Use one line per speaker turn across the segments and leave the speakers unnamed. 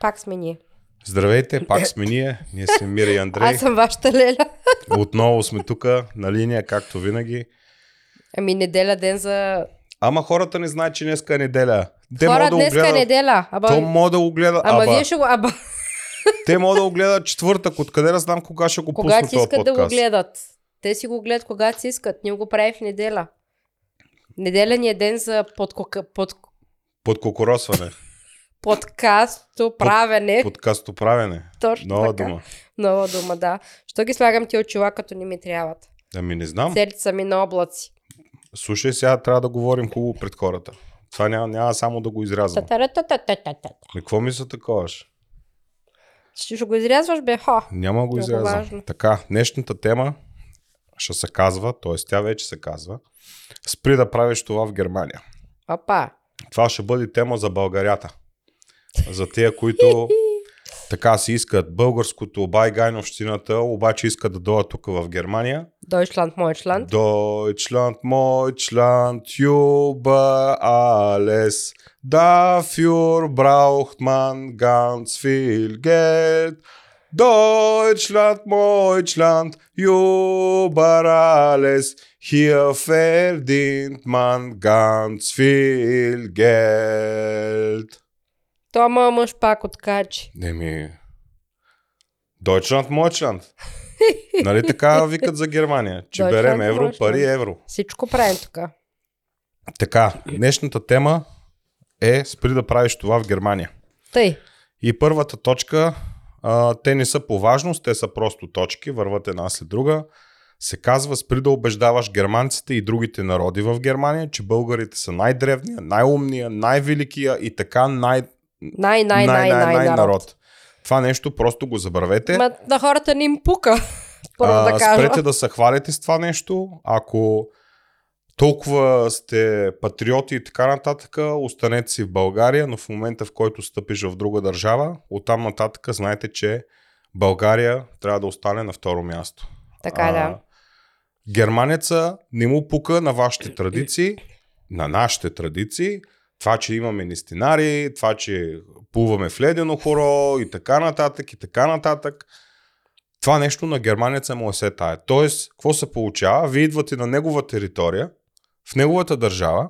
Пак сме ние.
Здравейте, пак сме ние. Ние сме Мира и Андрей.
Е. Аз съм вашата Леля.
Отново сме тук на линия, както винаги.
Ами неделя ден за...
Ама хората не знаят, че днеска е неделя. Те
Хора,
могат да го
днеска е
гледат.
неделя. Аба...
То могат да го гледат.
Ама,
Аба,
вие ще го... Аба...
Те могат да го гледат четвъртък. Откъде да знам кога ще го
Когато
пуснат
си
този
искат
подкаст?
да го гледат. Те си го гледат когато си искат. Ние го правим в неделя. Неделя ни е ден за подкока... под...
Под кокоросване.
подкасто правене.
Подкасто правене.
Е. Точно
Нова
така.
дума.
Нова дума, да. Що ги слагам ти очила, като не ми трябват?
Ами не знам.
Селица ми на облаци.
Слушай, сега трябва да говорим хубаво пред хората. Това няма, няма само да го изрязвам. Ами
Та-та-ра-та-та-та-та-та.
Какво ми се таковаш?
Ще ще го изрязваш, бе? Хо.
Няма да го
Много
изрязвам.
важно.
Така, днешната тема ще се казва, т.е. тя вече се казва, спри да правиш това в Германия.
Опа.
Това ще бъде тема за българята. За тия, които така си искат българското, байгайновщината, обаче искат да дойдат тук в Германия.
Дойшланд, Мойшланд.
Deutschland, Deutschland, über alles. Dafür braucht man ganz viel Geld. Deutschland, Deutschland, über alles. Hier verdient man ganz viel Geld.
То моят мъж пак откачи.
Еми, Deutschland, Deutschland. Нали така викат за Германия? Че
Deutschland,
берем евро,
Deutschland.
пари евро.
Всичко правим тук.
Така, днешната тема е спри да правиш това в Германия.
Тъй.
И първата точка, а, те не са по важност, те са просто точки, върват една след друга. Се казва спри да убеждаваш германците и другите народи в Германия, че българите са най-древния, най-умния, най-великия и така най-
Най, най, най, най,
най-най-най
най народ.
народ. Това нещо просто го забравете.
Ма на хората не им пука. Първо
А,
да кажа.
Спрете да се хвалите с това нещо. Ако толкова сте патриоти и така нататък, останете си в България, но в момента в който стъпиш в друга държава, оттам нататък знаете, че България трябва да остане на второ място.
Така е, да.
Германеца не му пука на вашите традиции, на нашите традиции, това, че имаме нестинари, това, че плуваме в ледено хоро и така нататък, и така нататък. Това нещо на германеца му е се тая. Тоест, какво се получава? Вие идвате на негова територия, в неговата държава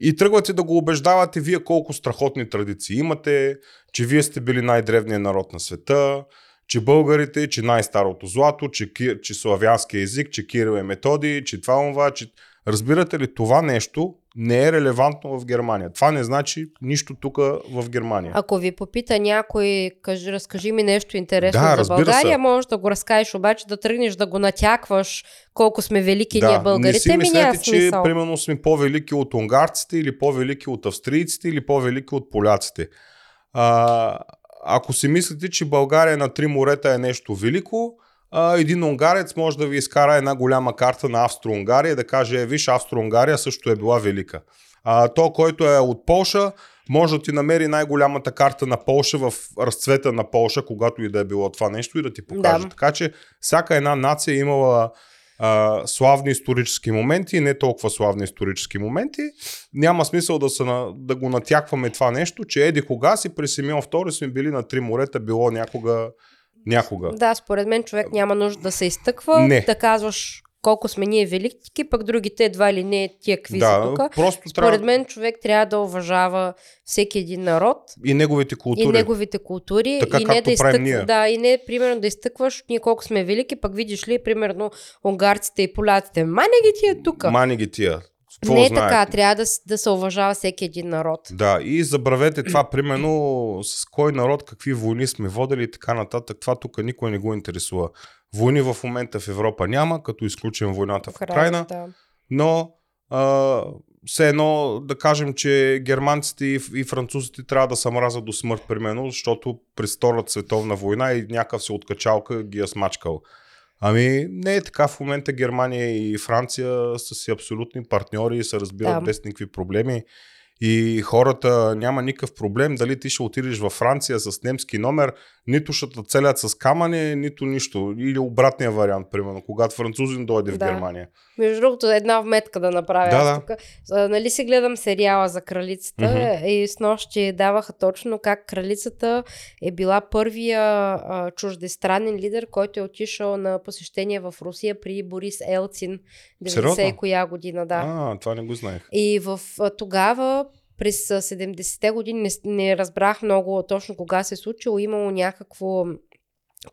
и тръгвате да го убеждавате вие колко страхотни традиции имате, че вие сте били най-древният народ на света, че българите, че най-старото злато, че, ки- че славянски език, че Кирил е методи, че това онова, че... Разбирате ли, това нещо не е релевантно в Германия. Това не значи нищо тук в Германия.
Ако ви попита някой, кажи, разкажи ми нещо интересно
Да,
за
разбира се.
България, можеш да го разкажеш, обаче да тръгнеш да го натякваш колко сме велики ние
не си
българите. Ми няма
мислете, че
смисъл.
примерно сме по-велики от унгарците или по-велики от австрийците или по-велики от поляците. А, ако си мислите, че България на три морета е нещо велико, а, един унгарец може да ви изкара една голяма карта на Австро-Унгария и да каже, е, виж, Австро-Унгария също е била велика. А, то, който е от Полша, може да ти намери най-голямата карта на Полша в разцвета на Полша, когато и да е било това нещо и да ти покаже.
Да.
Така че всяка една нация е имала а, славни исторически моменти, не толкова славни исторически моменти. Няма смисъл да, се, на- да го натякваме това нещо, че еди кога си при Симеон II сме били на три морета, било някога, някога.
Да, според мен човек няма нужда да се изтъква,
Не.
да казваш колко сме ние велики, пък другите едва ли не тия какви са тук.
просто
Според
трябва
мен човек трябва да уважава всеки един народ,
и неговите култури.
и неговите култури
Така
и не
както
да
правим ние.
изтъква, да, и не примерно да изтъкваш ние колко сме велики, пък видиш ли примерно унгарците и поляците, ма не ги ти е тук.
Мани ги тия. Какво
не е
знаят?
така, трябва да, с- да се уважава всеки един народ.
Да, и забравете това, примерно, с кой народ, какви войни сме водили и така нататък. Това тук никой не го интересува. Войни в момента в Европа няма, като изключим войната в Украина,
Да.
но а, все едно да кажем, че германците и, и французите трябва да се мразят до смърт, примерно, защото през Втората световна война и някакъв се откачалка ги е смачкал. Ами не е така. В момента Германия и Франция са си абсолютни партньори и се разбират
Да.
без никакви проблеми. И хората няма никакъв проблем дали ти ще отидеш във Франция с немски номер, нито ще те целят с камъни, нито нищо. Или обратния вариант, примерно, когато французин дойде в
Да.
Германия.
Между другото, една вметка да направя.
Да,
аз
да.
тук. А, нали си гледам сериала за кралицата
Мгм.
и с нощи даваха точно как кралицата е била първия а, чуждестранен лидер, който е отишъл на посещение в Русия при Борис Елцин. 90 и
Сериозно?
коя година, да.
А, това не го знаех.
И в а, тогава, през а, 70-те години, не, с- не разбрах много точно кога се е случило, имало някакво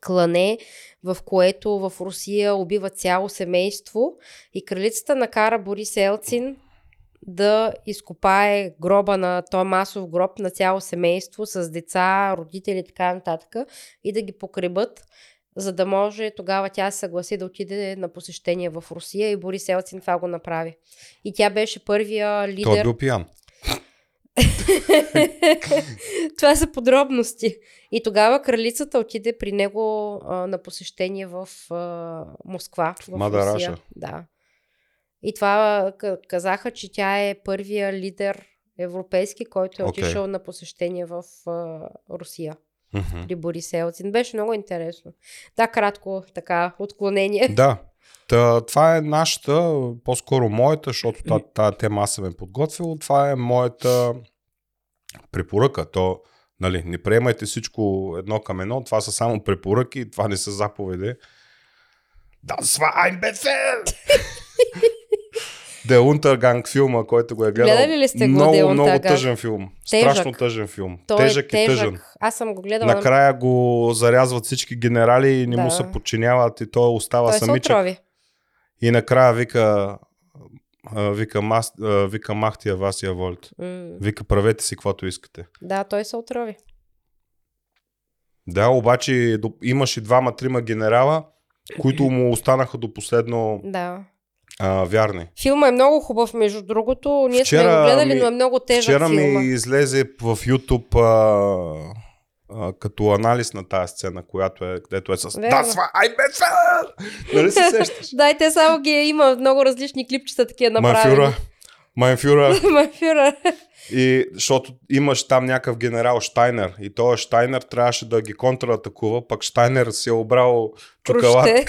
клане, в което в Русия убива цяло семейство и кралицата накара Борис Елцин да изкопае гроба на то масов гроб на цяло семейство с деца, родители и така нататък и да ги покребат, за да може тогава тя се съгласи да отиде на посещение в Русия и Борис Елцин това го направи. И тя беше първия лидер.
Той е бил пиян.
Това са подробности. И тогава кралицата отиде при него а, на посещение в а, Москва. В Русия.
Мада Раша.
Да. И това к- казаха, че тя е първия лидер европейски, който е
Окей.
отишъл на посещение в а, Русия
Мгм.
при Борис Елцин. Беше много интересно. Да, кратко така отклонение.
Да. Та, това е нашата, по-скоро моята, защото та, тая тема аз съм е подготвил. Това е моята препоръка. То, нали, не приемайте всичко едно към едно. Това са само препоръки, това не са заповеди. Да, сва, ein Befehl! Де Унтерганг филма, който го е гледал.
Гледали ли сте го,
много,
Der
много
Untergang?
тъжен филм.
Тежък.
Страшно тъжен филм.
Той
тежък,
е
и
тежък.
тъжен.
Аз съм го гледала. но
Накрая го зарязват всички генерали и не
Да.
му се подчиняват и той остава
Той се
самичък.
отрови.
И накрая вика, а, вика, мас, а, вика махтия вас я волт.
М,
Вика правете си каквото искате.
Да, той се отрови.
Да, обаче до- имаше двама-трима генерала, които му останаха до последно
Да.
а, вярни.
Филма е много хубав, между другото. Ние сме
Вчера
го гледали,
ми-
но е много тежък
Вчера
филма.
ми излезе в YouTube а, а, като анализ на тази сцена, която е, където е с...
Верно.
Да, сва, ай, бе, фе! Нали се сещаш?
Да, и те само ги е, има много различни клипчета такива направени.
Майфюра. Майфюра.
Майфюра.
И защото имаш там някакъв генерал Штайнер и този Штайнер трябваше да ги контратакува, пък Штайнер си е обрал чукала
Проще.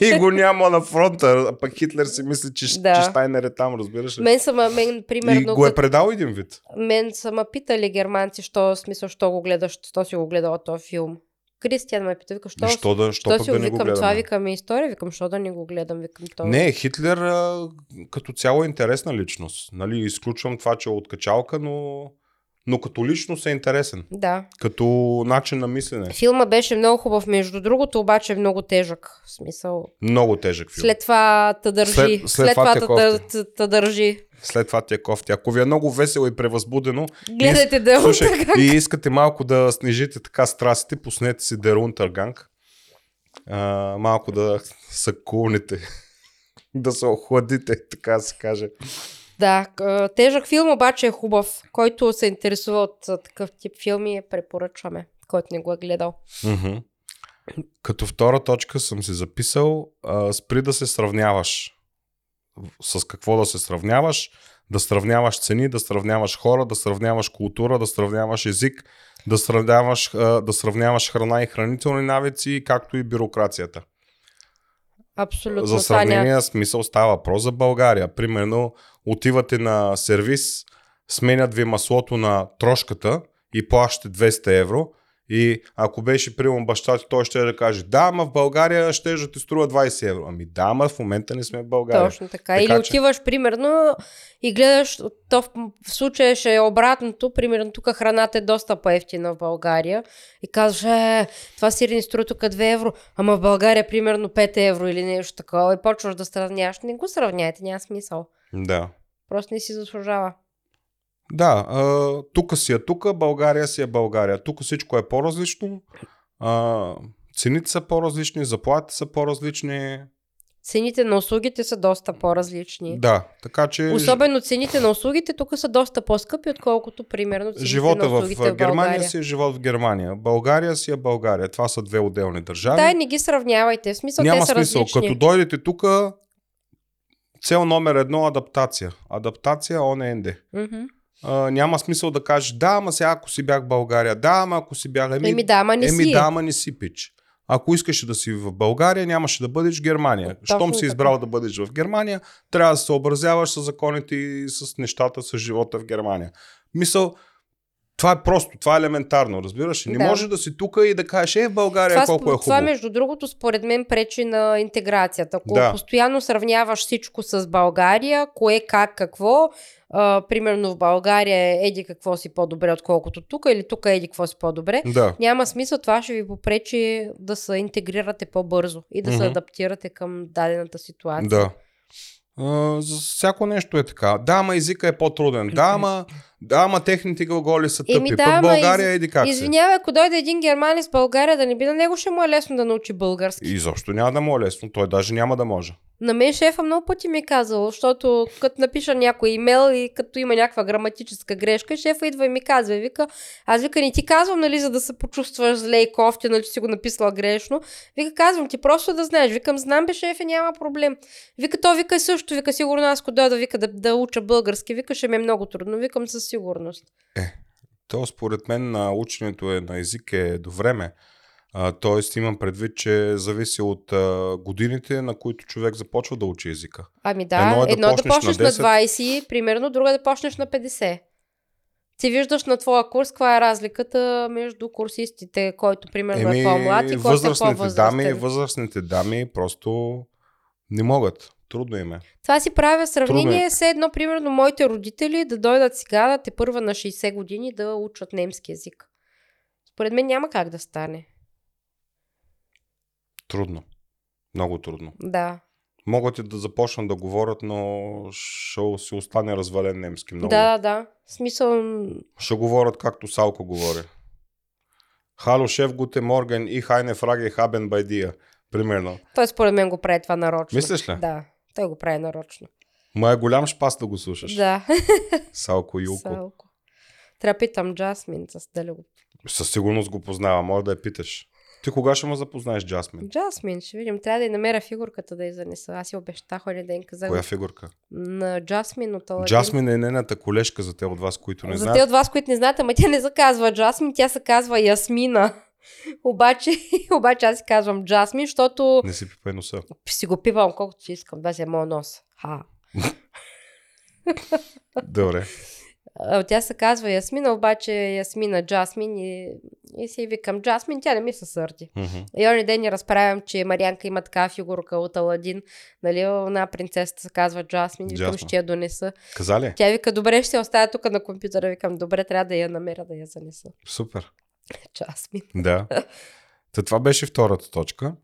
и го няма на фронта, а пък Хитлер си мисли, че,
Да.
да. че Штайнер е там, разбираш ли?
Мен сама, мен,
И
примерно,
го е
като-
предал един вид.
мен сама питали германци, що, в смисъл, що го гледаш, що си го гледала този филм. Кристиан ме пита, вика, що,
Що, що, да, що,
що
пък
си
да не го
викам това,
гледаме?
викам и история, викам, що да не го гледам, викам то.
Не, Хитлер а, като цяло е интересна личност. Нали, изключвам това, че е откачалка, но, но като личност е интересен.
Да.
Като начин на мислене.
Филма беше много хубав, между другото, обаче е много тежък. В смисъл,
Много тежък филм.
След това те държи.
След-
След,
след
след това,
това те
те
кофти.
те- те- те държи.
След това ти е кофти. Ако ви е много весело и превъзбудено,
Гледайте е делото.
Слушай, и искате малко да снижите така страстите, пуснете си Der Untergang. А, малко да се кулните. да се охладите, така да се каже.
Да, к- тежък филм обаче е хубав. Който се интересува от а, такъв тип филми, препоръчваме. Който не го е гледал.
Мгм. Като втора точка съм си записал а, спри да се сравняваш. С какво да се сравняваш? Да сравняваш цени, да сравняваш хора, да сравняваш култура, да сравняваш език, да сравняваш, а, да сравняваш храна и хранителни навици, както и бюрокрацията.
Абсолютно.
За
това няма-
сравнение, смисъл става въпрос за България. Примерно, отивате на сервис, сменят ви маслото на трошката и плащате 200 евро. И ако беше приемал баща ти, той ще е да каже, да, ама в България ще да ти струва 20 евро. Ами да, ама в момента не сме в България.
Точно така.
Така
Или
че-
отиваш, примерно, и гледаш, то в, в случая ще е обратното, примерно тук храната е доста по-ефтина в България и казваш, е, това сирене струва тук 2 евро, ама в България примерно 5 евро или нещо такова и почваш да сравняваш. Не го сравняйте, няма смисъл.
Да.
Просто не си заслужава.
Да, а, тук си е тук, България си е България. Тук всичко е по-различно. А, цените са по-различни, заплатите са по-различни.
Цените на услугите са доста по-различни.
Да, така че...
Особено цените на услугите тук са доста по-скъпи, отколкото примерно цените
Живота
на
в,
услугите в,
в Германия
България.
си е живот в Германия. България си е България. Това са две отделни държави.
Да, и не ги сравнявайте. В смисъл,
Няма
те са
смисъл.
различни.
Като дойдете тук, цел номер едно адаптация. Адаптация on end.
Мгм.
а, няма смисъл да кажеш, да, ама сега ако си бях в България, да, ама ако си бях, Ами, еми,
Еми да, ама не
еми
си. е.
да, ама не си пич. Ако искаше да си в България, нямаше да бъдеш в Германия.
Е, Точно
Щом си
така.
избрал да бъдеш в Германия, трябва да се съобразяваш с законите и с нещата, с живота в Германия. Мисъл, това е просто, това е елементарно, разбираш? ли? Не
Да.
може да си тук и да кажеш, е, в България
това,
колко е
сп- това,
хубаво.
между другото, според мен пречи на интеграцията. Ако
Да.
да. постоянно сравняваш всичко с България, кое, как, какво, а, примерно в България е еди какво си по-добре, отколкото тук, или тук е еди какво си по-добре,
Да.
няма смисъл, това ще ви попречи да се интегрирате по-бързо и да се
Мгм.
адаптирате към дадената ситуация.
Да. А, за всяко нещо е така. Да, ама езика е по-труден. Да, ама, да, ама техните глаголи са тъпи.
Еми да,
Пък
ама
България еди как си.
Извинявай, ако дойде един германец в България, да не би на него ще му е лесно да научи български.
И Изобщо няма да му е лесно. Той даже няма да може.
На мен шефа много пъти ми е казал, защото като напиша някой имейл и като има някаква граматическа грешка, шефа идва и ми казва, и вика, аз вика не ти казвам, нали, за да се почувстваш зле и кофти, нали, че си го написала грешно. Вика, казвам ти просто да знаеш. Викам, знам бе шефе, няма проблем. Вика, то вика е също, вика, сигурно аз ако дойда, вика да, да уча български, вика, ще ми е много трудно, викам със сигурност.
То според мен на ученето е, на език е до време. А, тоест имам предвид, че зависи от а, годините, на които човек започва да учи езика.
Ами да, едно е да, почнеш, на,
10.
20, примерно, друго е да почнеш на 50. Ти виждаш на твоя курс каква е разликата между курсистите, който примерно е по-млад и който е
възрастните
по-възрастен.
дами, възрастните дами просто не могат. Трудно им е.
Това си правя
Трудно е.
сравнение с едно, примерно, моите родители да дойдат сега, да те първа на 60 години да учат немски язик. Според мен няма как да стане.
Трудно. Много трудно.
Да.
Могат и да започнат да говорят, но ще си остане развален немски много.
Да, да, да. В смисъл, м,
Ще говорят както Салко говори. Хало, шеф Гуте Морген и Хайне Фраге Хабен Байдия. Примерно.
той според мен го прави това нарочно.
Мислиш ли?
Да, той го прави нарочно.
Ма е голям шпас да го слушаш.
Да.
Салко Юлко.
Салко. Трябва да питам Джасмин, за дали го...
Със сигурност го познава, може да я питаш. Ти кога ще му запознаеш Джасмин?
Джасмин, ще видим. Трябва да й намеря фигурката да й занеса. Аз я обещах оня ден, казах
Коя фигурка?
на Джасмин от Аладин.
Джасмин е нената колежка за те от вас, които не
За те
знаят.
от вас, които не знаят, ама тя не се казва Джасмин, тя се казва Ясмина. обаче, обаче аз си казвам Джасмин, защото
Не си пипай носа.
си го пивам колкото си искам. Да, си е моят нос. Ха.
Добре.
А, Тя се казва Ясмина, обаче е Ясмина Джасмин и, и си викам Джасмин, тя не ми се сърди.
Мгм.
И оня ден ни разправям, че Марианка има такава фигурка от Аладин. Нали, една принцесата се казва Джасмин. Викам,
Джасмин.
ще я донеса.
Каза ли? е?
Тя вика, добре, ще я оставя тук на компютъра. Викам, добре, трябва да я намеря да я занеса.
Супер.
Джасмин.
Да. Та това беше втората точка.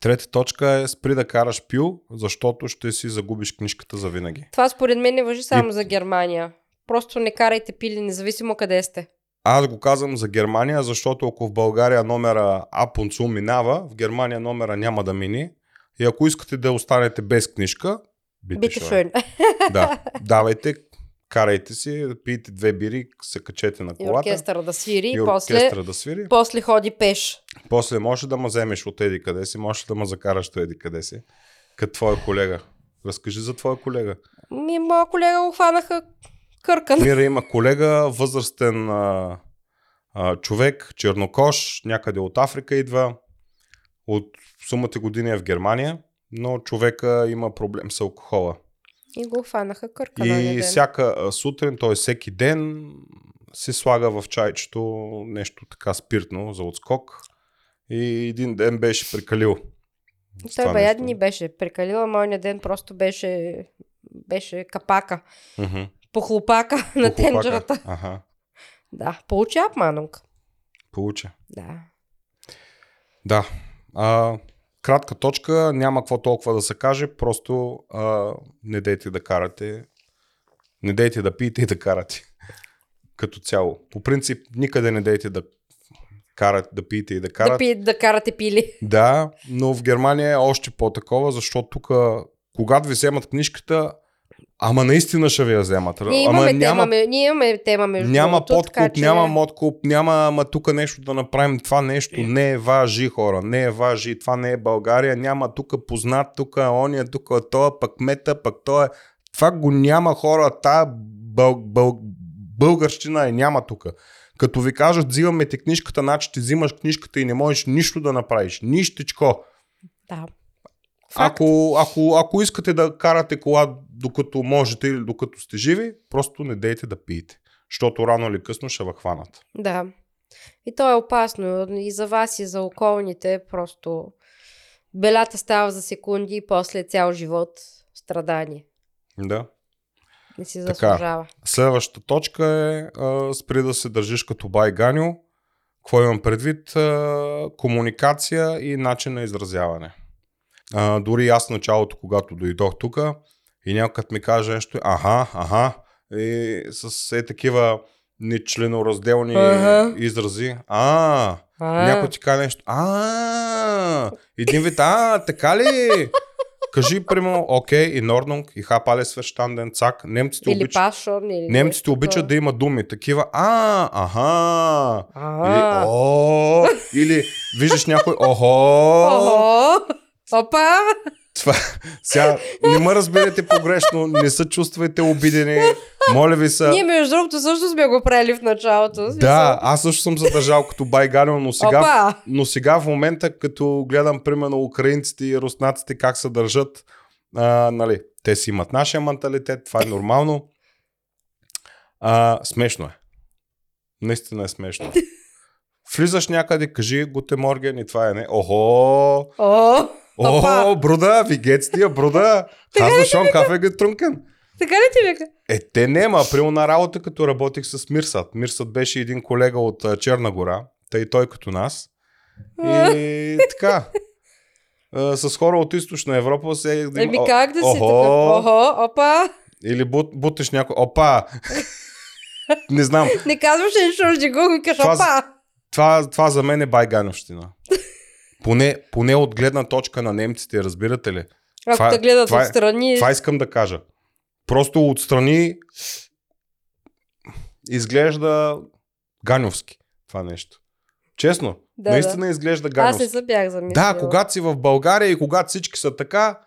Трета точка е спри да караш пил, защото ще си загубиш книжката за винаги.
Това според мен не въжи само за Германия. Просто не карайте пили, независимо къде сте.
Аз го казвам за Германия, защото ако в България номера Апунцу минава, в Германия номера няма да мини. И ако искате да останете без книжка, бите,
Бите
шоен.
шоен.
Да, давайте, карайте си, пийте две бири, се качете на
И
колата.
оркестъра да свири, и
и
после,
оркестъра да свири.
после ходи пеш.
После може да ме вземеш от еди къде си, може да ме закараш от еди къде си. Като твоя колега. Разкажи за твоя колега.
Ми, моя колега го хванаха къркан.
Мира има колега, възрастен а, а, човек, чернокош, някъде от Африка идва. От сумата години е в Германия, но човека има проблем с алкохола.
И го хванаха къркан. оня
И
ден.
всяка а, сутрин, т.е. всеки ден, си слага в чайчето нещо така спиртно за отскок. И един ден беше прекалил. с това
Той бая
нещо.
дни беше прекалила, моя ден просто беше, беше капака,
Мгм.
похлопака на
Похлопака.
тенджерата.
Ага,
Да, получи апманунг.
получа.
Да.
Да. А, кратка точка, няма какво толкова да се каже, просто а, не дейте да карате. Не дейте да пиете и да карате. Като цяло. По принцип, никъде не дейте да карате, да пиете и да карате.
Да, пи, да карате пили.
Да, но в Германия е още по-такова, защото тук, когато ви вземат книжката, ама наистина ще ви я вземат.
Ние
ама
имаме,
няма,
няма, тема, ме- ние имаме тема между
няма
другото,
подкуп,
така че-
няма модкуп, няма ама тук нещо да направим, това нещо не е важи хора, не е важи, това не е България, няма тук е познат, тук ония, тук тоя, пък мета, пък тоя. Това го няма хора, та бъл, бъл, българщина и няма тук. Като ви кажат, взимаме ти книжката, значи ти взимаш книжката и не можеш нищо да направиш. Нищичко.
Да. Факт.
Ако, ако, ако искате да карате кола докато можете или докато сте живи, просто не дейте да пиете. Защото рано или късно ще ви хванат.
Да. И то е опасно. И за вас, и за околните. Просто белята става за секунди и после цял живот страдание.
Да.
Не си
Така.
заслужава.
Следващата точка е а, спри да се държиш като бай Ганю. Какво имам предвид? А, комуникация и начин на изразяване. А, дори аз в началото, когато дойдох тук и някой като ми каже нещо, аха, аха, и с е такива нечленоразделни
Аха.
изрази. А,
А,
някой ти каже нещо. А, един вид, а, така ли? Кажи, примерно, окей, и Нордунг, и Хапале свещанден цак. Немците
или
обичат.
пашон, или
Немците
е.
обичат да има думи. Такива, а, аха. Или,
А,
о, или виждаш някой, охо.
Охо! Опа!
Сега, не ме разберете погрешно, не се чувствайте обидени. Моля ви се.
Ние, между другото, също сме го правили в началото. в смисъл.
Да, аз също съм задържал като байгален, но сега
Опа!
Но сега в момента, като гледам примерно украинците и руснаците как се държат, а, нали, те си имат нашия менталитет, това е нормално. А, смешно е. Наистина е смешно. Влизаш някъде, кажи Гуте Морген и това е не. Охо!
О! Опа!
О, бруда, вигец тия, бруда. Хазна шон, кафе гетрункен.
Така ли ти вика?
Е, те нема. Прямо на работа, като работих с Мирсат. Мирсат беше един колега от а, Черна гора, тъй той като нас. И така. А, С хора от източна Европа се...
Еми
Ами, О,
Е, как да си
охо.
такъв? Охо, опа!
Или бут, буташ някой... Опа! Не знам.
Не казваш ли нищо, ще го викаш,
Това-
опа!
Това, това за мен е байгановщина. Поне, поне от гледна точка на немците, разбирате ли? това
Ако
е-
те гледат
това е-
отстрани,
Това искам да кажа. Просто отстрани изглежда ганевски това нещо. Честно,
Да,
да,
да.
наистина изглежда
аз не
ганевски.
се бях замислила.
Да, когато си в България и когато всички са така,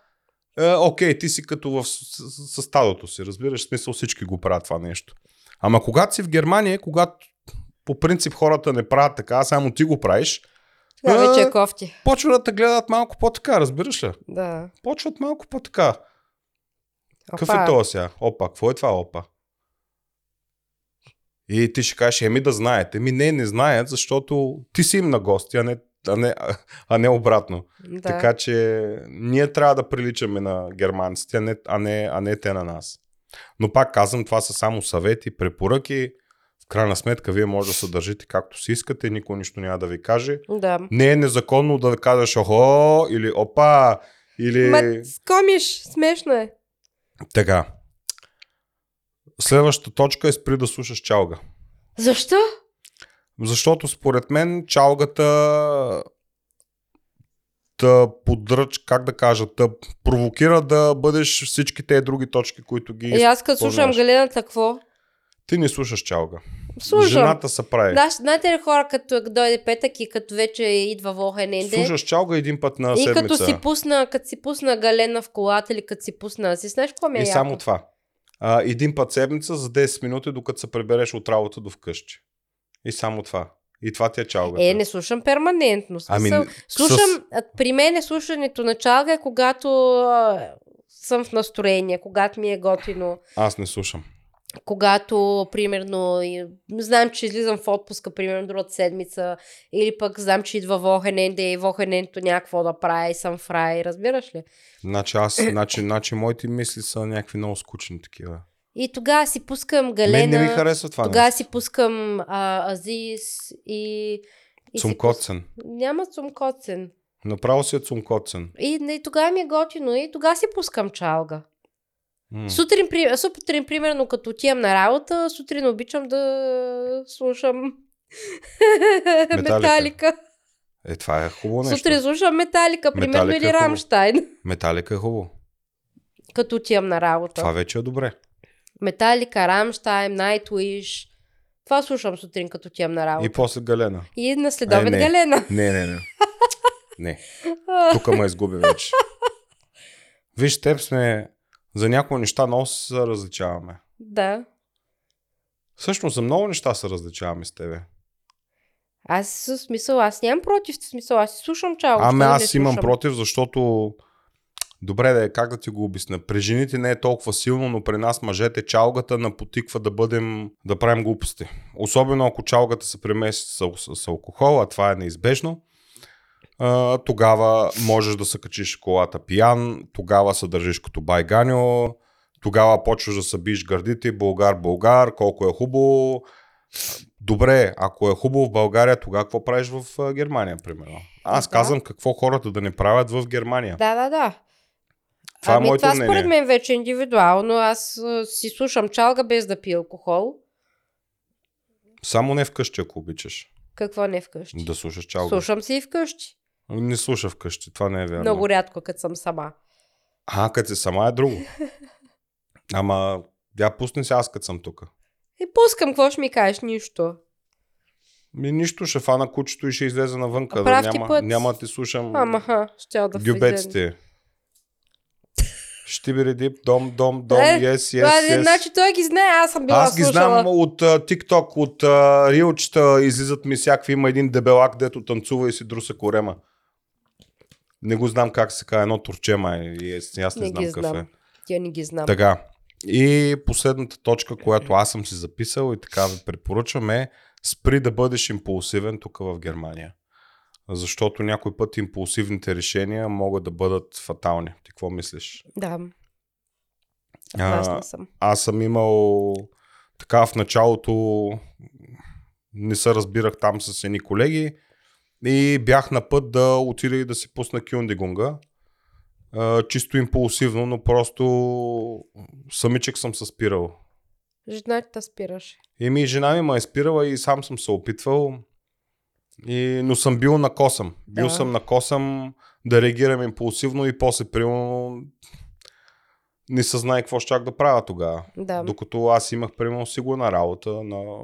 е, окей, ти си като в с- с- със стадото си, разбираш, в смисъл всички го правят това нещо. Ама когато си в Германия, когато по принцип хората не правят така, а само ти го правиш,
Тогава вече
А.
е кофти.
почва да те гледат малко по-така, разбираш ли?
Да.
Почват малко по-така. Какъв
Опа.
е то сега? Опа, какво е това опа? И ти ще кажеш, еми да знаете. Ми не, не знаят, защото ти си им на гости, а не, а не, а не обратно.
Да.
Да. Така че ние трябва да приличаме на германците, а не, а, не, а не те на нас. Но пак казвам, това са само съвети, препоръки. В крайна сметка, вие може да се държите както си искате, никой нищо няма да ви каже.
Да.
Не е незаконно да кажеш охо или опа или
Ма, скомиш, смешно е.
така. Следващата точка е спри да слушаш чалга.
Защо?
Защото според мен чалгата да подръч, как да кажа, да провокира да бъдеш всички тези други точки, които ги...
И Е, аз като
изпълняваш.
слушам Галената, какво?
Ти не слушаш чалга.
Слушам.
Жената е. се прави.
Да, знаете ли хора, като дойде петък и като вече идва Вохененде,
слушаш чалга един път на
и
седмица.
като си пусна, като си пусна Галена в колата или като си пусна, си знаеш какво ми е
и
яко?
само това. А, един път седмица за 10 минути, докато се прибереш от работа до вкъщи. И само това. И това ти е чалгата.
Е, не слушам перманентно.
Ами,
Смисъл, слушам,
с-
а, при мен е слушането на чалга, е когато а, съм в настроение, когато ми е готино,
Аз не слушам.
когато, примерно, и- знам, че излизам в отпуска, примерно, другата седмица, или пък знам, че идва Вохененде и Вохененто някакво да прави, и съм фрай, разбираш ли?
Значи, аз, значи, значи моите мисли са някакви много скучни такива.
И тогава си пускам
Мен не ми
Галена,
харесва това.
тогава
нещо.
си пускам а, Азис и... и си пус-
Цумкоцен.
Няма цумкоцен.
Направо си е цумкоцен.
И, не, тогава ми е готино и тогава си пускам чалга.
М.
Сутрин, при, сутрин, примерно, като отивам на работа, сутрин обичам да слушам Металика.
Е, това е хубаво нещо.
Сутрин слушам Металика, примерно,
Металика е
или
хубаво.
Рамштайн,
Металика е хубаво.
като отивам на
Това
работа.
вече е добре.
Металика, Рамштайн, Nightwish. Това слушам сутрин, като отивам на
И
работа.
после Галена.
И, на следобед
не.
Галена.
Не, не, не. Не. Тук ме изгуби вече. Виж, теб сме за някои неща много се различаваме.
да.
Всъщност за много неща се различаваме с тебе.
Аз в смисъл, аз нямам против, в смисъл, аз си слушам чао.
Ами
защо да не
аз имам
слушам?
против, защото добре да е, как да ти го обясня. При жените не е толкова силно, но при нас мъжете чалгата напотиква да бъдем, да правим глупости. Особено ако чалгата се премеси с, ал- с, с алкохол, а това е неизбежно, а, тогава можеш да се качиш в колата пиян, тогава се държиш като байганю, тогава почваш да се биеш гърдите, българ, българ, колко е хубаво. Добре, ако е хубаво в България, тогава какво правиш в а, Германия, примерно? Аз
Да.
казвам какво хората да не правят в Германия.
Да, да, да.
Това е
ами,
моето
това
мнение.
според мен вече е индивидуално. Аз а, си слушам чалга без да пия алкохол.
Само не вкъщи, ако обичаш.
Какво не вкъщи?
Да слушаш чалга.
Слушам си и вкъщи.
Не слуша вкъщи, това не е вярно.
Много рядко, като съм сама.
А, като си сама е друго. Ама, я пусни се аз, като съм тук.
И пускам, какво ще ми кажеш? Нищо.
Ми, нищо, ще фана кучето и ще излезе навънка.
А
Да,
прав ти
няма,
път.
няма да ти слушам
Ама, ха, ще да
гюбеците. Ще би реди дом, дом, дом,
Е,
yes, yes,
yes,
yes.
Значи той ги знае, аз съм била
Аз ги
слушала.
знам от uh, TikTok, от uh, рилчета, излизат ми всякакви, има един дебелак, дето танцува и си друса корема. Не го знам как се казва, едно турче май, и е, аз- аз не,
Не
знам
ги
какъв е.
знам. Я не ги знам.
Така. И последната точка, която аз съм си записал и така ви препоръчвам е спри да бъдеш импулсивен тук в Германия. Защото някой път импулсивните решения могат да бъдат фатални. Ти какво мислиш?
Да,
А,
съгласна съм.
аз съм имал така в началото не се разбирах там с едни колеги и бях на път да отида и да си пусна Кюндигунга. А, Чисто импулсивно, но просто самичък съм се спирал.
Жена ти те спираше.
Еми, и жена ми ме е спирала и сам съм се опитвал. И, но съм бил на косъм. Бил
Да.
съм на косъм да реагирам импулсивно и после примерно не съзнай какво щях да правя тогава.
Да.
Докато аз имах, примерно, сигурна работа на,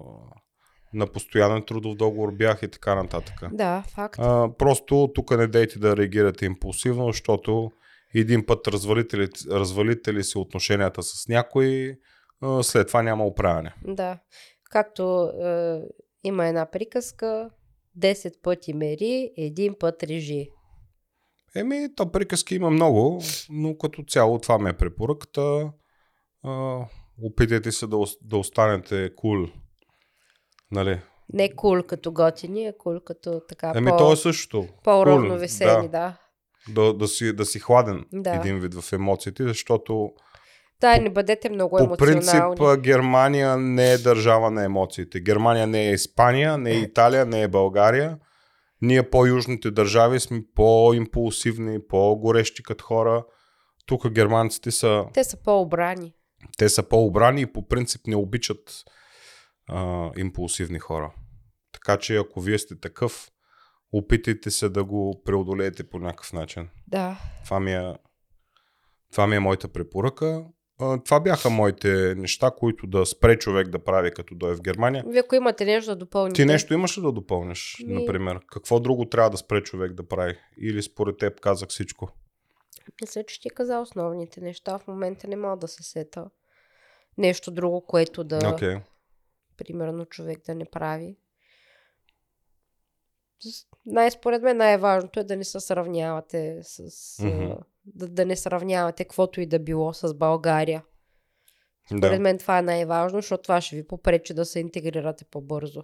на постоянен трудов договор бях и така нататък.
Да, факт.
А, просто тук не дейте да реагирате импулсивно, защото един път развалите ли, развалите ли си отношенията с някой, а, след това няма оправяне.
Да. Както е, има една приказка, 10 пъти мери, един път режи.
Еми, то приказки има много, но като цяло това ми е препоръката. А, опитайте се да, ос- да останете кул. Cool. Нали?
Не кул като готини, а кул като така
Еми,
по,
то е същото.
по-уравновесени, да.
да.
да.
да, да, си, да си хладен да.
Да.
един вид в емоциите, защото
Да, не бъдете много
по принцип
емоционални.
а, Германия не е държава на емоциите. Германия не е Испания, не е Италия, не е България. Ние по-южните държави сме по-импулсивни, по-горещи като хора. Тук германците са,
Те са по-обрани.
те са по-обрани и по принцип не обичат а, импулсивни хора. Така че ако вие сте такъв, опитайте се да го преодолеете по някакъв начин.
Да.
Това ми е, това ми е моята препоръка. А, Това бяха моите неща, които да спре човек да прави като дойде в Германия.
Вие ако имате нещо да допълните.
Ти нещо имаш ли да допълниш,
Ми-
например? Какво друго трябва да спре човек да прави? Или според теб казах всичко?
Мисля, че ти каза основните неща. В момента не мога да се сета. Нещо друго, което да,
Окей. Okay.
примерно, човек да не прави. С- Най-според мен най-важното е да не се сравнявате с...
Мгм.
Mm-hmm. Да, да не сравнявате каквото и да било с България. Според
Да.
мен това е най-важно, защото това ще ви попречи да се интегрирате по-бързо.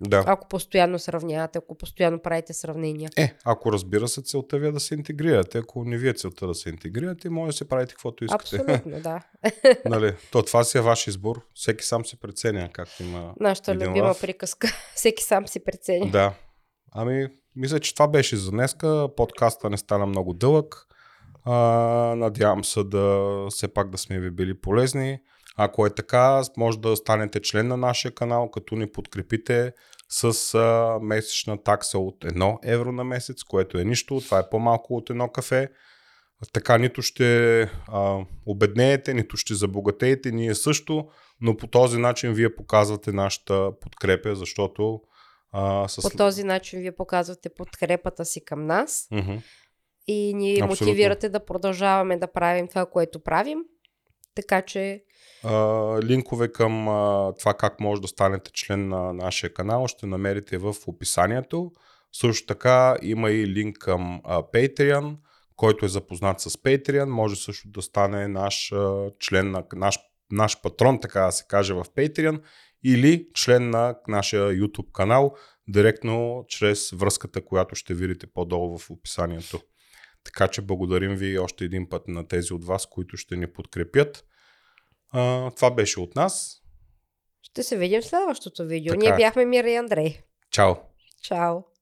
да.
Ако постоянно сравнявате, ако постоянно правите сравнения.
Е, ако разбира се, целта ви е да се интегрирате. Ако не ви е целта да се интегрирате, може да си правите каквото искате.
Абсолютно, да.
нали? То това си е ваш избор. Всеки сам се преценя, както има
Нашата
Един
любима
лав.
приказка. Всеки сам си преценя.
Да. Ами, мисля, че това беше за днеска. Подкаста не стана много дълъг. А, надявам се да все пак да сме ви били полезни. Ако е така, може да станете член на нашия канал, като ни подкрепите с а, месечна такса от 1 евро на месец, което е нищо. Това е по-малко от едно кафе. Така нито ще а, обеднеете, нито ще забогатеете, ние също, но по този начин вие показвате нашата подкрепя, защото а, с...
По този начин вие показвате подкрепата си към нас
Мгм.
и ни
Абсолютно.
мотивирате да продължаваме да правим това, което правим. Така че
А, линкове към а, това как може да станете член на нашия канал ще намерите в описанието. Също така има и линк към а, Patreon, който е запознат с Patreon. Може също да стане наш а, член, на, наш, наш патрон, така да се каже, в Patreon или член на нашия YouTube канал, директно чрез връзката, която ще видите по-долу в описанието. Така че благодарим ви още един път на тези от вас, които ще ни подкрепят. А, това беше от нас.
ще се видим в следващото видео.
Така
Ние
е.
бяхме Мира и Андрей.
Чао!
Чао!